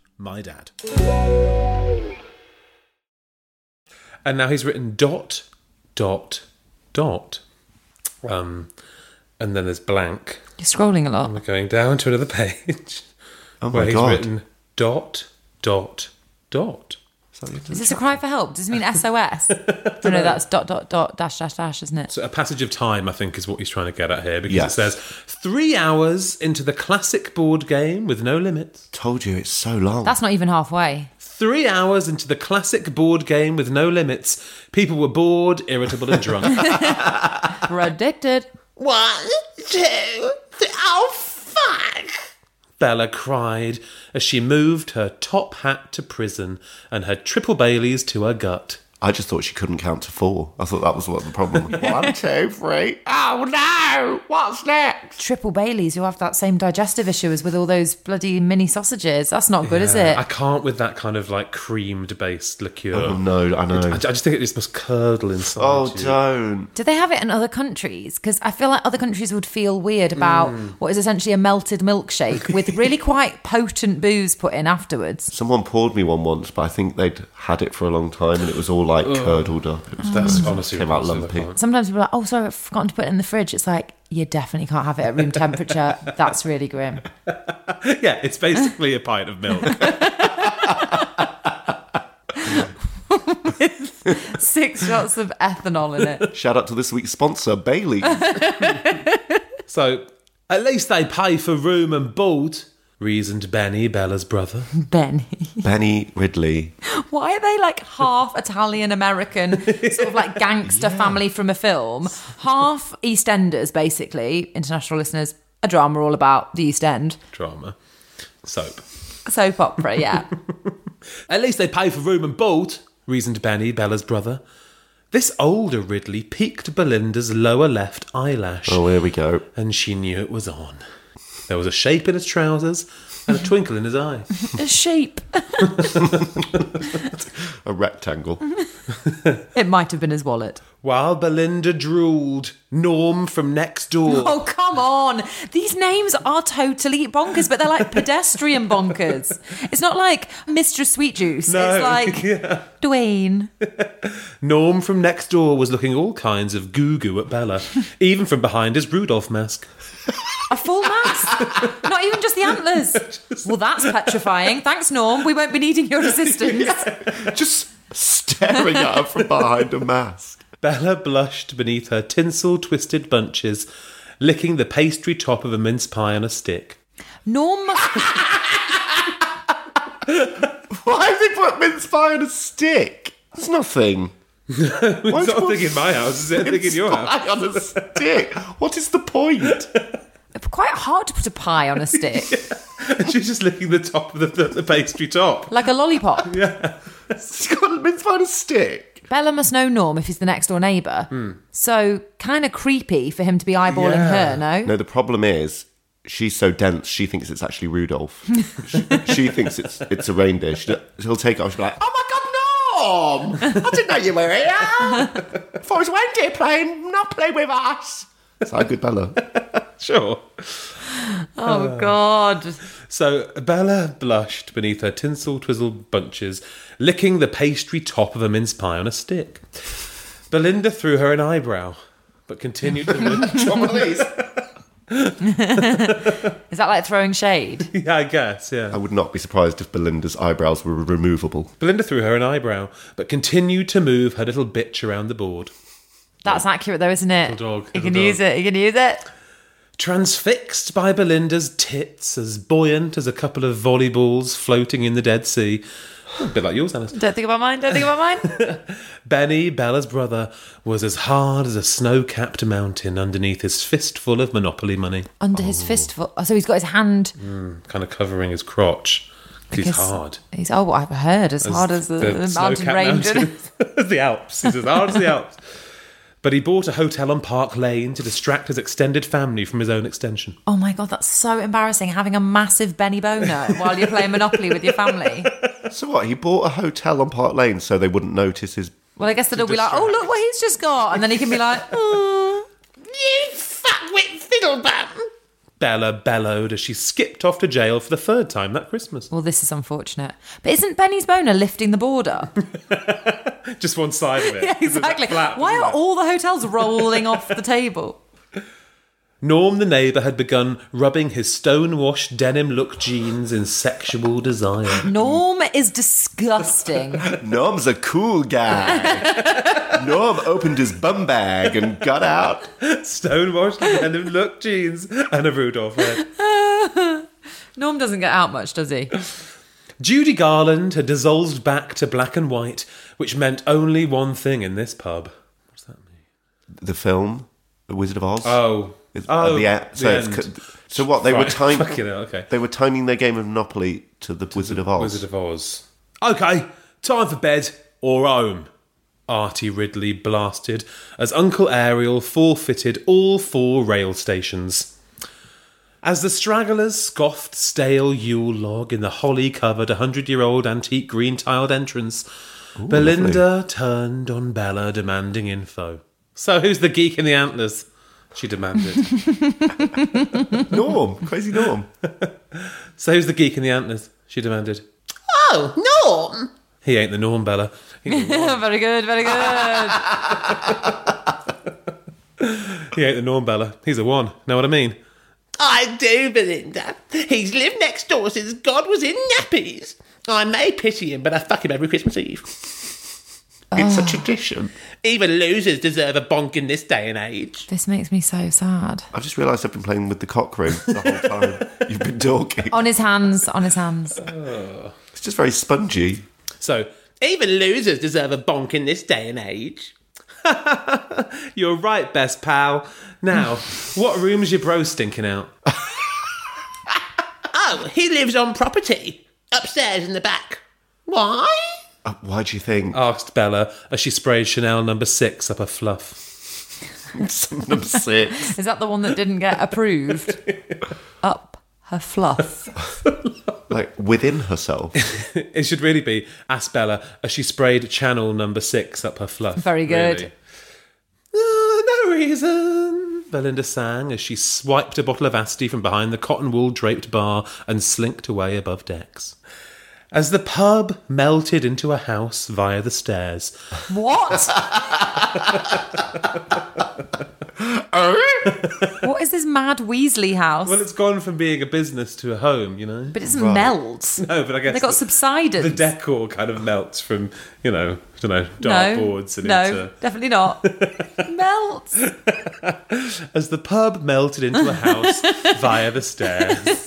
Speaker 2: mydad. And now he's written dot, dot, dot. Um, and then there's blank.
Speaker 4: You're scrolling a lot.
Speaker 2: We're going down to another page
Speaker 3: Oh
Speaker 2: where he's written dot, dot, dot. Oh,
Speaker 4: Is this a cry for help? Does it mean SOS? oh, no, that's dot, dot, dot, dash, dash, dash, isn't it?
Speaker 2: So a passage of time, I think, is what he's trying to get at here because
Speaker 3: Yes.
Speaker 2: it says three hours into the classic board game with no limits.
Speaker 3: Told you it's so long.
Speaker 4: That's not even halfway.
Speaker 2: Three hours into the classic board game with no limits, people were bored, irritable, and drunk.
Speaker 4: Predicted.
Speaker 5: One, two, three. Oh, fuck!
Speaker 2: Bella cried as she moved her top hat to prison and her triple Baileys to her gut.
Speaker 3: I just thought she couldn't count to four. I thought that was what the problem. was. One, two, three. Oh no! What's next?
Speaker 4: Triple Baileys, you'll have that same digestive issue as with all those bloody mini sausages. That's not good, is
Speaker 5: Uh.
Speaker 4: it?
Speaker 2: I can't with that kind of like creamed based liqueur.
Speaker 3: Oh no! I
Speaker 2: I, I
Speaker 3: know.
Speaker 2: just think it just must curdle inside.
Speaker 3: Oh,
Speaker 2: you.
Speaker 3: don't.
Speaker 4: Do they have it in other countries? Because I feel like other countries would feel weird about what is essentially a melted milkshake with really quite potent booze put in afterwards.
Speaker 3: Someone poured me one once, but I think they'd had it for a long time, and it was all like curdled up. It was
Speaker 2: That's
Speaker 3: gross.
Speaker 2: honestly
Speaker 3: came out
Speaker 2: repulsive, I
Speaker 3: lumpy.
Speaker 2: can't.
Speaker 4: Sometimes people are like, oh, sorry, I've forgotten to put it in the fridge. It's like, you definitely can't have it at room temperature. That's really grim.
Speaker 2: yeah, it's basically a pint of milk.
Speaker 4: Six shots of ethanol in it.
Speaker 3: Shout out to this week's sponsor, Bailey.
Speaker 2: so at least they pay for room and board, reasoned Benny, Bella's brother.
Speaker 4: Benny.
Speaker 3: Benny Ridley.
Speaker 4: Why are they like half Italian American, sort of like gangster family from a film? Half EastEnders, basically. International listeners, a drama all about the East End.
Speaker 2: Drama. Soap.
Speaker 4: Soap opera, yeah.
Speaker 2: At least they pay for room and board, reasoned Benny, Bella's brother. This older Ridley piqued Belinda's lower left eyelash,
Speaker 3: Oh, here we go.
Speaker 2: and she knew it was on. There was a shape in his trousers and a twinkle in his eye.
Speaker 4: a sheep.
Speaker 3: A rectangle.
Speaker 4: It might have been his wallet.
Speaker 2: While Belinda drooled, Norm from next door.
Speaker 4: Oh, come on. These names are totally bonkers, but they're like pedestrian bonkers. It's not like Mr. Sweet Juice.
Speaker 2: No,
Speaker 4: It's like Dwayne.
Speaker 2: Norm from next door was looking all kinds of goo goo at Bella, even from behind his Rudolph mask.
Speaker 4: A full mask. Not even just the antlers. Well, that's petrifying. Thanks, Norm. We won't be needing your assistance.
Speaker 3: Just staring at her from behind a mask.
Speaker 2: Bella blushed beneath her tinsel twisted bunches, licking the pastry top of a mince pie on a stick.
Speaker 4: Norm must.
Speaker 3: Why have they put mince pie on a stick? There's nothing.
Speaker 2: It's not a thing in my house, is it? A thing in your house?
Speaker 3: Pie on a stick. What is the point?
Speaker 4: Quite hard to put a pie on a stick,
Speaker 2: And she's just licking the top of the, the, the pastry top.
Speaker 4: like a lollipop.
Speaker 3: It's got mince pie on a stick.
Speaker 4: Bella must know Norm if he's the next door neighbour.
Speaker 2: Hmm.
Speaker 4: So, kind of creepy for him to be eyeballing
Speaker 2: Yeah.
Speaker 4: her, no?
Speaker 3: No, the problem is she's so dense. She thinks it's actually Rudolph. she, she thinks it's it's a reindeer. She, will take it off. She'll be like, "Oh my God, Norm! I didn't know you were here. I thought it was reindeer playing, not playing with us." It's like good Bella.
Speaker 2: Sure.
Speaker 4: Oh, God.
Speaker 2: So Bella blushed beneath her tinsel twizzled bunches, licking the pastry top of a mince pie on a stick. Belinda threw her an eyebrow, but continued to look.
Speaker 3: John Malise.
Speaker 4: Is that like throwing shade?
Speaker 2: yeah, I guess, yeah.
Speaker 3: I would not be surprised if Belinda's eyebrows were removable.
Speaker 2: Belinda threw her an eyebrow, but continued to move her little bitch around the board.
Speaker 4: That's accurate, though, isn't it?
Speaker 2: Little dog,
Speaker 4: You
Speaker 2: little
Speaker 4: can use it. You can use it.
Speaker 2: Transfixed by Belinda's tits, as buoyant as a couple of volleyballs floating in the Dead Sea. A bit like yours, Alice.
Speaker 4: Don't think about mine. Don't think about mine.
Speaker 2: Benny, Bella's brother, was as hard as a snow capped mountain underneath his fistful of Monopoly money,
Speaker 4: Under his fistful. Oh, so he's got his hand.
Speaker 2: kind of covering his crotch. 'cause He's
Speaker 4: Yes.
Speaker 2: hard.
Speaker 4: He's oh, what I've heard as, hard as the, the
Speaker 2: snow
Speaker 4: mountain
Speaker 2: capped
Speaker 4: range.
Speaker 2: mountain. As the Alps. He's as hard as the Alps. But he bought a hotel on Park Lane to distract his extended family from his own extension.
Speaker 4: Oh my god, that's so embarrassing. Having a massive Benny Boner while you're playing Monopoly with your family.
Speaker 3: So what? He bought a hotel on Park Lane so they wouldn't notice his.
Speaker 4: Well, I guess they'll be like, oh look what he's just got, and then he can be like, oh.
Speaker 5: You fuckwit fiddlebum!
Speaker 2: Bella bellowed as she skipped off to jail for the third time that Christmas.
Speaker 4: well, this is unfortunate. But isn't Benny's Boner lifting the border?
Speaker 2: Just one side of it.
Speaker 4: yeah,
Speaker 2: It's a
Speaker 4: exactly.
Speaker 2: flap,
Speaker 4: Why
Speaker 2: isn't
Speaker 4: are
Speaker 2: it?
Speaker 4: all the hotels rolling off the table?
Speaker 2: Norm the neighbour had begun rubbing his stone-washed denim look jeans in sexual desire.
Speaker 4: Norm is disgusting.
Speaker 3: Norm's a cool guy. Norm opened his bum bag and got out.
Speaker 2: stone-washed denim look jeans and a Rudolph head.
Speaker 4: Norm doesn't get out much, does he?
Speaker 2: Judy Garland had dissolved back to black and white, which meant only one thing in this pub.
Speaker 3: The film, The Wizard of Oz.
Speaker 2: Oh.
Speaker 3: It's-
Speaker 2: oh,
Speaker 3: at the end. So, it's
Speaker 2: end.
Speaker 3: co- so what they were
Speaker 2: Right,
Speaker 3: timing?
Speaker 2: fucking hell, okay.
Speaker 3: They were timing their game of Monopoly to the Wizard of Oz.
Speaker 2: Wizard of Oz. Okay, time for bed or home. Artie Ridley blasted as Uncle Ariel forfeited all four rail stations. As the stragglers scoffed stale Yule log in the holly covered 100 year old antique green tiled entrance, Belinda turned on Bella demanding info. So, who's the geek in the antlers? She demanded.
Speaker 3: Norm, crazy Norm.
Speaker 2: so, who's the geek in the antlers? She demanded.
Speaker 5: Oh, Norm!
Speaker 2: He ain't the norm, Bella. He's the
Speaker 4: very good, very good.
Speaker 2: He ain't the norm, Bella. He's a one. Know what I mean?
Speaker 5: I do, Belinda. He's lived next door since God was in nappies. I may pity him, but I fuck him every Christmas Eve.
Speaker 3: It's a tradition.
Speaker 5: Even losers deserve a bonk in this day and age.
Speaker 4: This makes me so sad.
Speaker 3: I've just realised I've been playing with the cock room the whole time. You've been talking.
Speaker 4: On his hands, on his hands.
Speaker 3: It's just very spongy.
Speaker 2: So,
Speaker 5: Even losers deserve a bonk in this day and age.
Speaker 2: you're right, best pal. Now, what room's your bro stinking out?
Speaker 5: Oh, he lives on property, upstairs in the back. Why?
Speaker 3: Uh, why do you think?
Speaker 2: asked Bella as she sprayed Chanel number six up her fluff. Oh,
Speaker 3: Number six.
Speaker 4: Is that the one that didn't get approved? Up her fluff.
Speaker 3: like within herself.
Speaker 2: It should really be asked Bella as she sprayed channel number six up her fluff.
Speaker 4: Very good.
Speaker 2: Really. Ah, no reason. Belinda sang as she swiped a bottle of Asti from behind the cotton wool draped bar and slinked away above decks. As the pub melted into a house via the stairs,
Speaker 4: What?
Speaker 3: Oh,
Speaker 4: what is this mad Weasley house?
Speaker 2: well, it's gone from being a business to a home, you know.
Speaker 4: but it doesn't melt.
Speaker 2: No, but I guess
Speaker 4: They got
Speaker 2: the-
Speaker 4: subsidence.
Speaker 2: The decor kind of melts from you know, I don't know,
Speaker 4: no,
Speaker 2: dartboards and
Speaker 4: no,
Speaker 2: into
Speaker 4: definitely not. Melt.
Speaker 2: as the pub melted into a house via the stairs.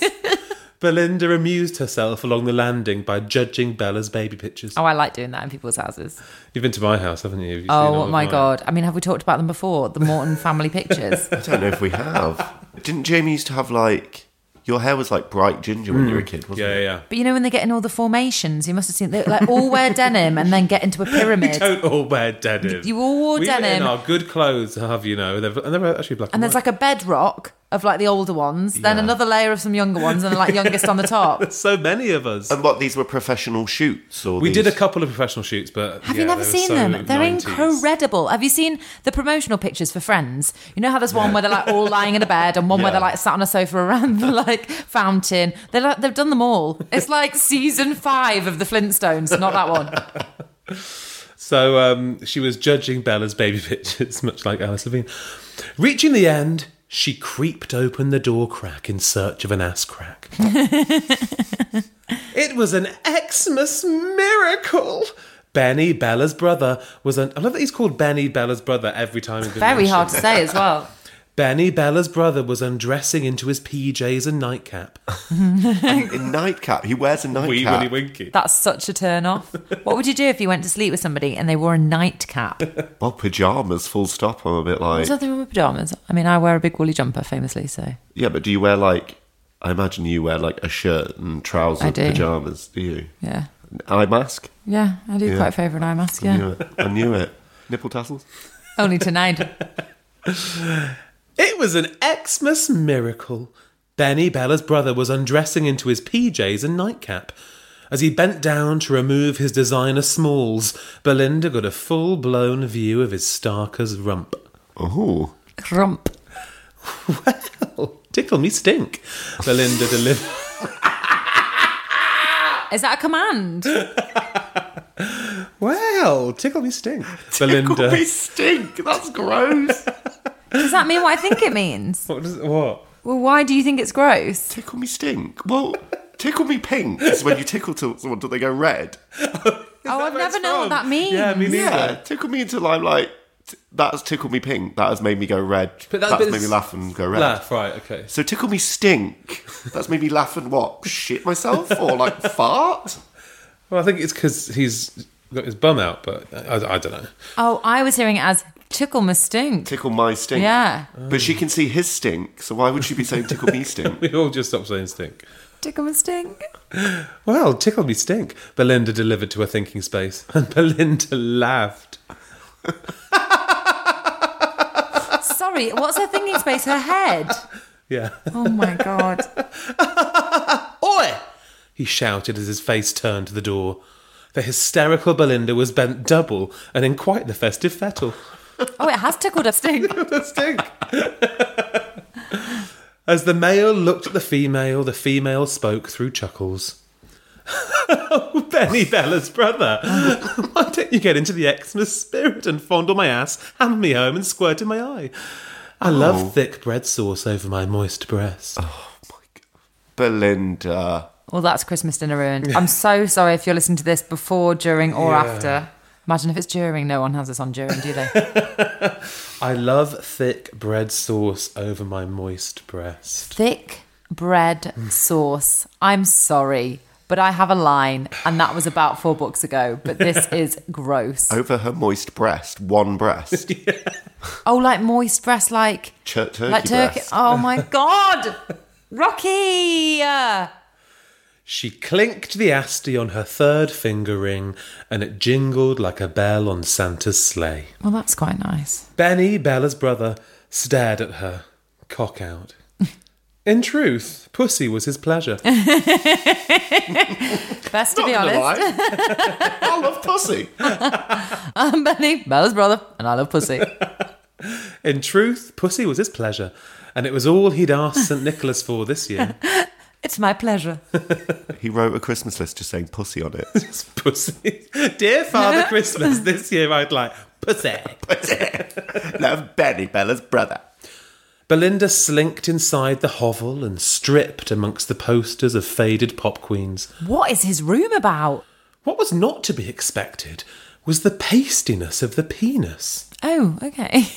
Speaker 2: Belinda amused herself along the landing by judging Bella's baby pictures.
Speaker 4: Oh, I like doing that in people's houses.
Speaker 2: You've been to my house, haven't you? Have you seen all
Speaker 4: Oh
Speaker 2: of
Speaker 4: my
Speaker 2: mine?
Speaker 4: god! I mean, have we talked about them before? The Morton family pictures.
Speaker 3: I don't know if we have. Didn't Jamie used to have like your hair was like bright ginger when you were a kid, wasn't
Speaker 2: Hmm. Yeah,
Speaker 3: it?
Speaker 2: yeah, yeah.
Speaker 4: But you know when they get in all the formations, you must have seen they like all wear denim and then get into a pyramid.
Speaker 2: Don't all wear denim.
Speaker 4: You all wore
Speaker 2: we were in
Speaker 4: denim.
Speaker 2: our good clothes, have you know? They've- And they were actually black and,
Speaker 4: and there's
Speaker 2: white.
Speaker 4: like a bedrock of like the older ones, then
Speaker 3: Yeah.
Speaker 4: another layer of some younger ones, and like youngest on the top.
Speaker 2: so many of us.
Speaker 3: And what these were professional shoots or
Speaker 2: we
Speaker 3: these-
Speaker 2: did a couple of professional shoots, but
Speaker 4: Have
Speaker 2: yeah,
Speaker 4: you never
Speaker 2: they were
Speaker 4: seen
Speaker 2: so
Speaker 4: them? They're
Speaker 2: 90s.
Speaker 4: incredible. Have you seen the promotional pictures for Friends? You know how there's one where they're like all lying in a bed, and one where
Speaker 2: Yeah.
Speaker 4: they're like sat on a sofa around the like fountain. They're like they've done them all. It's like season five of the Flintstones, not that one.
Speaker 2: So um, she was judging Bella's baby pictures, much like Alice Levine. Reaching the end, she creeped open the door crack in search of an ass crack. it was an Xmas miracle. Benny Bella's brother was an. I love that he's called Benny Bella's brother every time. in Good
Speaker 4: Very
Speaker 2: Morning
Speaker 4: hard to
Speaker 2: Show.
Speaker 4: say as well.
Speaker 2: Benny Bella's brother was undressing into his PJs and nightcap.
Speaker 3: in nightcap. He wears a nightcap.
Speaker 2: Wee Willy Winky.
Speaker 4: That's such a turn off. What would you do if you went to sleep with somebody and they wore a nightcap?
Speaker 3: Well, pajamas. Full stop. I'm a bit like
Speaker 4: There's nothing wrong with pajamas. I mean, I wear a big woolly jumper famously, so
Speaker 3: yeah, but do you wear like? I imagine you wear like a shirt and trousers,
Speaker 4: I do.
Speaker 3: pajamas. Do you?
Speaker 4: yeah.
Speaker 3: An Eye mask.
Speaker 4: Yeah, I do quite favour an eye mask, yeah.
Speaker 3: I knew it. I knew it. Nipple tassels.
Speaker 4: Only tonight.
Speaker 2: It was an Xmas miracle. Benny Bella's brother was undressing into his PJs and nightcap. As he bent down to remove his designer smalls, Belinda got a full blown view of his starker's rump.
Speaker 3: Oh,
Speaker 4: Crump.
Speaker 2: Well, tickle me stink. Belinda delivered.
Speaker 4: Is that a command?
Speaker 2: Well, tickle me stink. Belinda.
Speaker 3: stink. That's gross.
Speaker 4: Does that mean what I think it means?
Speaker 2: What? does- what?
Speaker 4: Well, why do you think it's gross?
Speaker 3: tickle me stink. Well, tickle me pink. is when you tickle to someone, do they go red?
Speaker 4: oh, I've never known what that means.
Speaker 2: Yeah, me neither.
Speaker 3: Yeah, tickle me until I'm like, t- that has tickled me pink. That has made me go red.
Speaker 2: But that
Speaker 3: that's
Speaker 2: bit's-
Speaker 3: made me laugh and go red.
Speaker 2: Laugh, right, okay.
Speaker 3: So tickle me stink. That's made me laugh and what? Shit myself or like fart?
Speaker 2: Well, I think it's because he's got his bum out, but I, I don't know.
Speaker 4: Oh, I was hearing it as tickle my stink.
Speaker 3: Tickle my stink.
Speaker 4: Yeah.
Speaker 3: But she can see his stink, so why would she be saying tickle me stink?
Speaker 2: We all just stop saying stink.
Speaker 4: Tickle my stink.
Speaker 2: Well, tickle me stink, Belinda delivered to her thinking space, and Belinda laughed.
Speaker 4: Sorry, what's her thinking space? Her head.
Speaker 2: Yeah.
Speaker 4: Oh my god.
Speaker 5: Oi!
Speaker 2: He shouted as his face turned to the door. The hysterical Belinda was bent double and in quite the festive fettle.
Speaker 4: Oh, it has tickled her stink.
Speaker 2: stink! as the male looked at the female, the female spoke through chuckles. oh, Benny Bella's brother! Why don't you get into the Xmas spirit and fondle my ass, hand me home, and squirt in my eye? I love thick bread sauce over my moist breast.
Speaker 3: Belinda.
Speaker 4: Well, that's Christmas dinner ruined. I'm so sorry if you're listening to this before, during, or after. Imagine if it's during. No one has this on during, do they?
Speaker 2: I love thick bread sauce over my moist breast.
Speaker 4: Thick bread sauce. I'm sorry, but I have a line, and that was about four books ago. But this is gross.
Speaker 3: Over her moist breast, one breast.
Speaker 4: Oh, like moist breast, like
Speaker 3: Tur- turkey
Speaker 4: like turkey.
Speaker 3: breast.
Speaker 4: Oh my god, Rocky! Uh,
Speaker 2: She clinked the asti on her third finger ring, and it jingled like a bell on Santa's sleigh.
Speaker 4: Well, that's quite nice.
Speaker 2: Benny, Bella's brother, stared at her, cock out. In truth, pussy was his pleasure.
Speaker 4: Best to be
Speaker 3: Not gonna
Speaker 4: honest.
Speaker 3: lie. I love pussy.
Speaker 4: I'm Benny, Bella's brother, and I love pussy.
Speaker 2: In truth, pussy was his pleasure, and it was all he'd asked St. Nicholas for this year.
Speaker 4: it's my pleasure.
Speaker 3: He wrote a Christmas list just saying pussy on it.
Speaker 2: It's pussy. Dear Father Christmas, this year I'd like pussy.
Speaker 3: Love Benny Bella's brother.
Speaker 2: Belinda slinked inside the hovel and stripped amongst the posters of faded pop queens.
Speaker 4: What is his room about?
Speaker 2: What was not to be expected was the pastiness of the penis.
Speaker 4: Oh, okay.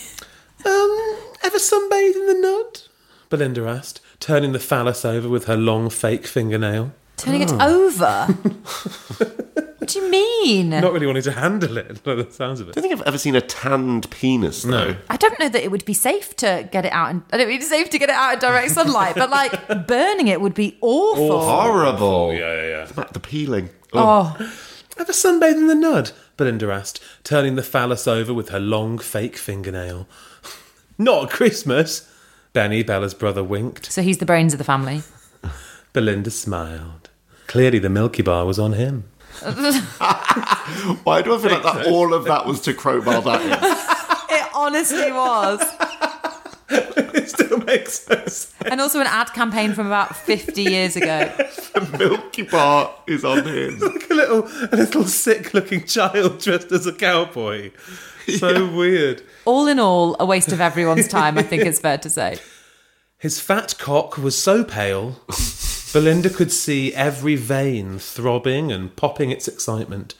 Speaker 2: Um, ever sunbathe in the nud? Belinda asked, turning the phallus over with her long fake fingernail.
Speaker 4: Turning it
Speaker 3: Oh.
Speaker 4: over. what do you mean?
Speaker 2: Not really wanting to handle it, by the sounds of
Speaker 3: I
Speaker 2: it.
Speaker 3: don't think I've ever seen a tanned penis, though.
Speaker 4: I don't know that it would be safe to get it out. And I don't mean it's safe to get it out in direct sunlight, but like burning it would be awful.
Speaker 3: Horrible.
Speaker 2: yeah, yeah.
Speaker 3: The peeling.
Speaker 4: Oh,
Speaker 2: Ever sunbathe in the nud? Belinda asked, turning the phallus over with her long fake fingernail. Not Christmas! Benny, Bella's brother, winked.
Speaker 4: so he's the brains of the family.
Speaker 2: Belinda smiled. Clearly, the Milky Bar was on him.
Speaker 3: Oh, Why do I feel like that? All of that was to crowbar that. in?
Speaker 4: It honestly was.
Speaker 2: It still makes sense.
Speaker 4: And also an ad campaign from about 50 years ago.
Speaker 3: Milky Bar is on him.
Speaker 2: Like a little, a little sick-looking child dressed as a cowboy. So weird.
Speaker 4: All in all, a waste of everyone's time, I think it's fair to say.
Speaker 2: His fat cock was so pale, Belinda could see every vein throbbing and popping its excitement.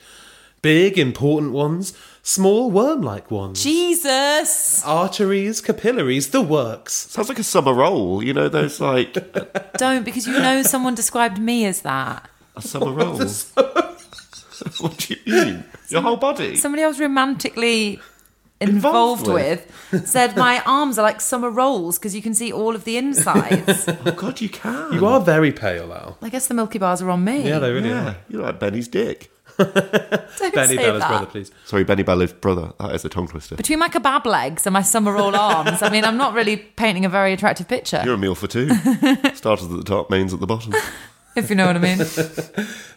Speaker 2: Big, important ones, small, worm like ones,
Speaker 4: Jesus!
Speaker 2: arteries, capillaries, the works.
Speaker 3: Sounds like a summer roll. You know those like a
Speaker 4: Don't, because you know someone described me as that.
Speaker 3: summer roll. what do you mean? Your whole body.
Speaker 4: Somebody I was romantically involved,
Speaker 3: Involved
Speaker 4: with.
Speaker 3: with.
Speaker 4: said my arms are like summer rolls because you can see all of the insides.
Speaker 3: oh God, you can.
Speaker 2: You are very pale, Al.
Speaker 4: I guess the Milky Bars are on me.
Speaker 2: Yeah, they really
Speaker 3: Yeah,
Speaker 2: are.
Speaker 3: you're like Benny's dick.
Speaker 4: Don't
Speaker 2: Benny
Speaker 4: say
Speaker 2: Bella's
Speaker 4: that.
Speaker 2: brother, please.
Speaker 3: Sorry, Benny Bella's brother. That is a tongue twister.
Speaker 4: Between my kebab legs and my summer roll arms, I mean, I'm not really painting a very attractive picture,
Speaker 3: You're a meal for two. Starters at the top, mains at the bottom.
Speaker 4: if you know what I mean.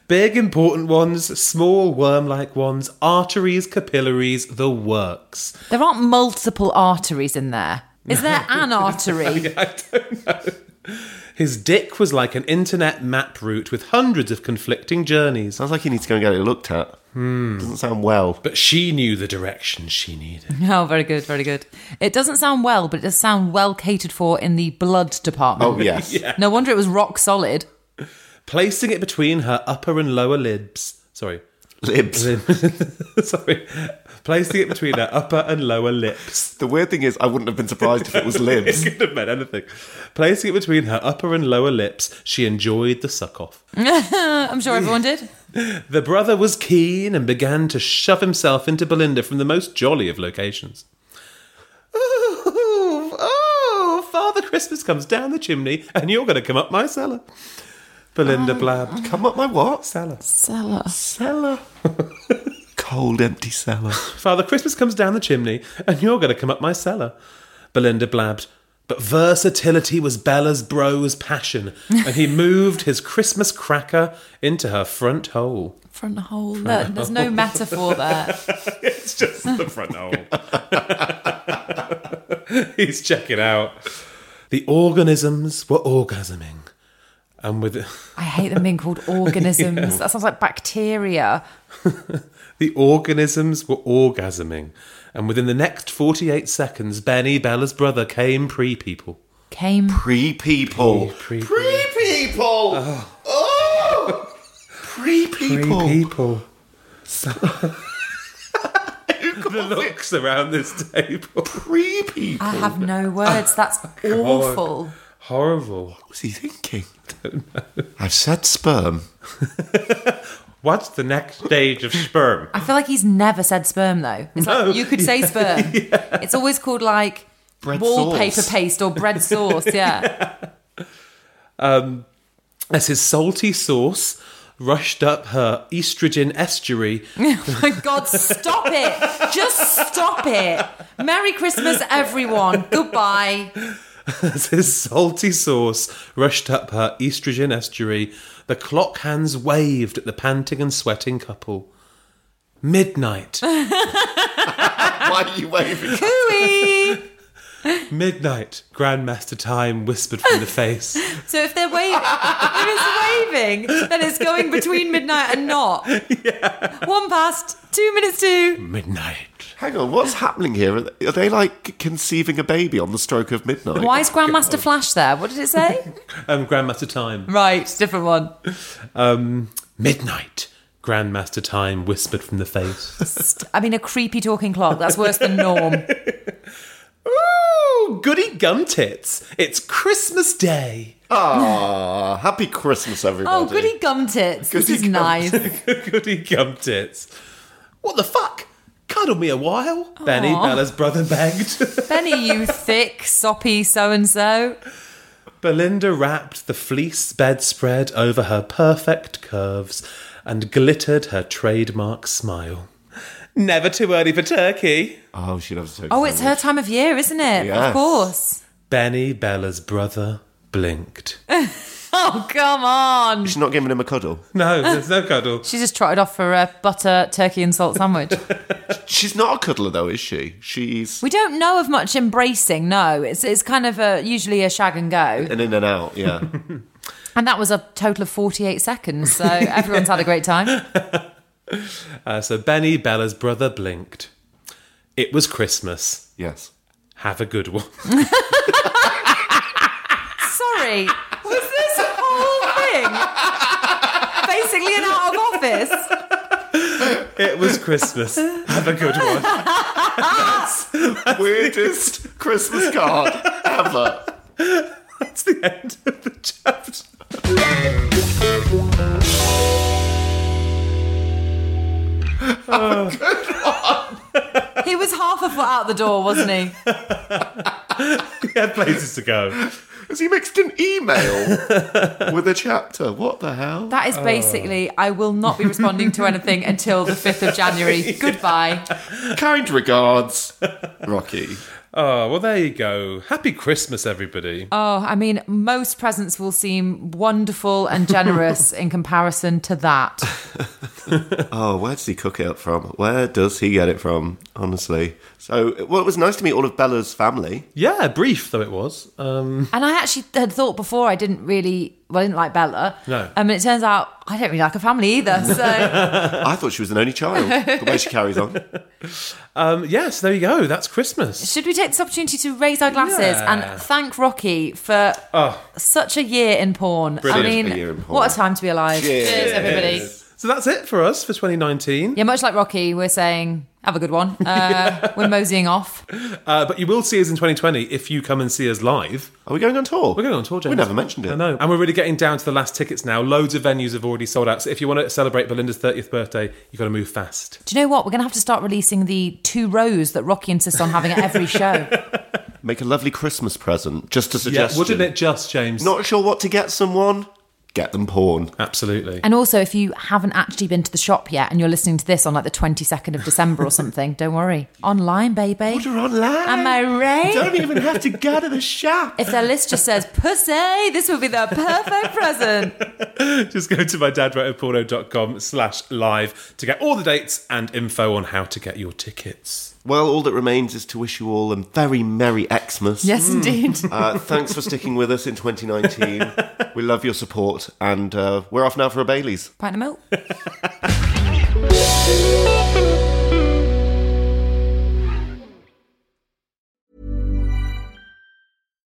Speaker 2: Big, important ones, small, worm like ones, arteries, capillaries, the works.
Speaker 4: There aren't multiple arteries in there. Is there an artery?
Speaker 2: I don't know. His dick was like an internet map route with hundreds of conflicting journeys. Hmm.
Speaker 3: Sounds like you need to go and get it looked at. Doesn't sound well.
Speaker 2: But she knew the direction she needed.
Speaker 4: No, Oh, very good, very good. It doesn't sound well, but it does sound well catered for in the blood department.
Speaker 3: Oh yes.
Speaker 4: No wonder it was rock solid.
Speaker 2: Placing it between her upper and lower libs. Sorry.
Speaker 3: Libs.
Speaker 2: Sorry. Placing it between her upper and lower lips.
Speaker 3: The weird thing is, I wouldn't have been surprised if it was libs.
Speaker 2: It could have meant anything. Placing it between her upper and lower lips, she enjoyed the suck off.
Speaker 4: I'm sure everyone did.
Speaker 2: The brother was keen and began to shove himself into Belinda from the most jolly of locations. Oh, oh, Father Christmas comes down the chimney and you're going to come up my cellar.
Speaker 3: Oh.
Speaker 2: Belinda blabbed.
Speaker 3: Come up my what?
Speaker 2: Cellar.
Speaker 4: Stella.
Speaker 3: Cellar. Cold, empty cellar.
Speaker 2: Father Christmas comes down the chimney, and you're going to come up my cellar. Belinda blabbed. But versatility was Bella's bro's passion, and he moved his Christmas cracker into her front hole.
Speaker 4: Front hole. There- There's no metaphor there.
Speaker 2: It's just the front hole. He's checking out. The organisms were orgasming, and with
Speaker 4: I hate them being called organisms. That sounds like bacteria.
Speaker 2: the organisms were orgasming, and within the next 48 seconds, Benny Bella's brother came pre people.
Speaker 4: Came.
Speaker 3: Pre people. Pre
Speaker 2: Pre-
Speaker 3: people. Oh. Pre people.
Speaker 2: people. the looks around this table.
Speaker 3: Pre people.
Speaker 4: I have no words. That's awful.
Speaker 2: Horrible.
Speaker 3: What was he thinking? I don't know. I've said sperm.
Speaker 2: What's the next stage of sperm?
Speaker 4: I feel like he's never said sperm though. It's like you could say sperm. It's always called like
Speaker 3: Bread
Speaker 4: wallpaper
Speaker 3: sauce.
Speaker 4: paste or bread sauce. Yeah,
Speaker 2: As his salty sauce rushed up her estrogen estuary,
Speaker 4: Oh my God, stop it! Just stop it. Merry Christmas, everyone. Goodbye.
Speaker 2: as his salty sauce rushed up her estrogen estuary, the clock hands waved at the panting and sweating couple. Midnight.
Speaker 3: Why are you waving?
Speaker 4: Hooey.
Speaker 2: Midnight, Grandmaster Time whispered from the face.
Speaker 4: So if they're waving, if it's waving, then it's going between midnight and not. One past two minutes to.
Speaker 2: Midnight.
Speaker 3: Hang on, what's happening here? Are they- are they like conceiving a baby on the stroke of midnight?
Speaker 4: Why is Grandmaster Flash there? What did it say?
Speaker 2: Um, Grandmaster Time.
Speaker 4: right, different one.
Speaker 2: Um, midnight, Grandmaster Time whispered from the face.
Speaker 4: I mean, a creepy talking clock. That's worse than norm.
Speaker 2: Ooh, goody gum tits. It's Christmas Day.
Speaker 3: Oh. Ah, happy Christmas, everybody.
Speaker 4: Oh, goody gum tits. This
Speaker 3: Goody
Speaker 4: is
Speaker 3: gum
Speaker 4: nice.
Speaker 2: Goody gum tits. What the fuck? Cuddle me a while, Benny, Bella's brother begged.
Speaker 4: Benny, you thick, soppy so and so.
Speaker 2: Belinda wrapped the fleece bedspread over her perfect curves and glittered her trademark smile. Never too early for turkey.
Speaker 3: Oh, she loves turkey.
Speaker 4: Oh, it's her time of year, isn't it? Of
Speaker 3: Yes.
Speaker 4: course.
Speaker 2: Benny Bella's brother blinked.
Speaker 4: Oh, come on.
Speaker 3: She's not giving him a cuddle.
Speaker 2: No, there's no cuddle.
Speaker 4: She just trotted off for a butter, turkey, and salt sandwich.
Speaker 3: She's not a cuddler, though, is she? She's
Speaker 4: we don't know of much embracing, no. It's, it's kind of a, usually a shag and go.
Speaker 3: an in and out, yeah.
Speaker 4: And that was a total of 48 seconds. So everyone's had a great time.
Speaker 2: Uh, so Benny Bella's brother blinked. It was Christmas.
Speaker 3: yes.
Speaker 2: Have a good one.
Speaker 4: Sorry. Was this whole thing basically an out of office?
Speaker 2: it was Christmas. Have a good one.
Speaker 3: Weirdest Christmas card ever.
Speaker 2: That's the end of the chapter.
Speaker 4: He was half a foot out the door, wasn't he?
Speaker 2: He had places to go.
Speaker 3: Has he mixed an email with a chapter? What the hell?
Speaker 4: That is basically, I will not be responding to anything until the 5th of January. Goodbye.
Speaker 3: kind regards, Rocky.
Speaker 2: Oh, well, there you go. Happy Christmas, everybody.
Speaker 4: Oh, I mean, most presents will seem wonderful and generous in comparison to that.
Speaker 3: Oh, where does he cook it up from? Where does he get it from? Honestly. So, well, it was nice to meet all of Bella's family.
Speaker 2: Yeah, brief though it was. Um,
Speaker 4: And I actually had thought before I didn't really, well, I didn't like Bella.
Speaker 2: No.
Speaker 4: Um, and it turns out I don't really like a family either. So
Speaker 3: I thought she was an only child. The way she carries on.
Speaker 2: um, yes, there you go. That's Christmas.
Speaker 4: should we take this opportunity to raise our glasses
Speaker 2: Yeah.
Speaker 4: and thank Rocky for such a year in porn?
Speaker 2: Brilliant.
Speaker 4: I
Speaker 3: Oh. A year
Speaker 4: mean,
Speaker 3: in porn.
Speaker 4: what a time to be alive.
Speaker 3: Cheers.
Speaker 4: everybody.
Speaker 2: So that's it for us for 2019.
Speaker 4: Yeah, much like Rocky, we're saying, have a good one. Uh, We're moseying off.
Speaker 2: Uh, but you will see us in 2020 if you come and see us live.
Speaker 3: Are we going on tour?
Speaker 2: We're going on tour, James.
Speaker 3: We never mentioned it.
Speaker 2: I know. And we're really getting down to the last tickets now. Loads of venues have already sold out. So if you want to celebrate Belinda's 30th birthday, you've got to move fast.
Speaker 4: Do you know what? We're going to have to start releasing the two rows that Rocky insists on having at every show.
Speaker 3: Make a lovely Christmas present. Just a
Speaker 2: Yeah,
Speaker 3: suggestion.
Speaker 2: wouldn't it just, James?
Speaker 3: Not sure what to get someone? Get them porn.
Speaker 2: Absolutely.
Speaker 4: and also, if you haven't actually been to the shop yet and you're listening to this on like the 22nd of December or something, don't worry. Online, baby.
Speaker 3: Order online.
Speaker 4: Am I right?
Speaker 3: Don't even have to go to the shop.
Speaker 4: If their list just says, pussy, this will be the perfect present.
Speaker 2: Just go to mydadwroteaporno.com slash live to get all the dates and info on how to get your tickets.
Speaker 3: Well, all that remains is to wish you all a very merry Xmas.
Speaker 4: Yes, indeed.
Speaker 3: Uh, thanks for sticking with us in 2019. we love your support, and uh, we're off now for a Bailey's.
Speaker 4: Pint of milk.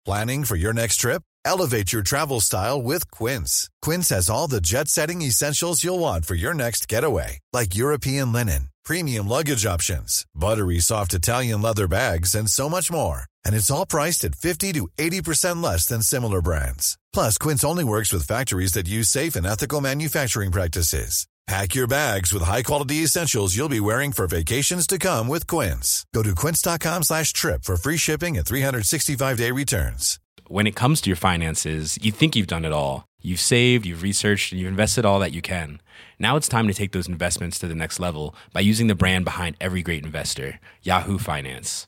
Speaker 1: Planning for your next trip? Elevate your travel style with Quince. Quince has all the jet setting essentials you'll want for your next getaway, like European linen, premium luggage options, buttery soft Italian leather bags, and so much more. And it's all priced at 50 to 80% less than similar brands. Plus, Quince only works with factories that use safe and ethical manufacturing practices. Pack your bags with high-quality essentials you'll be wearing for vacations to come with Quince. Go to quince.com slash trip for free shipping and 365-day returns.
Speaker 7: When it comes to your finances, you think you've done it all. You've saved, you've researched, and you've invested all that you can. Now it's time to take those investments to the next level by using the brand behind every great investor, Yahoo Finance.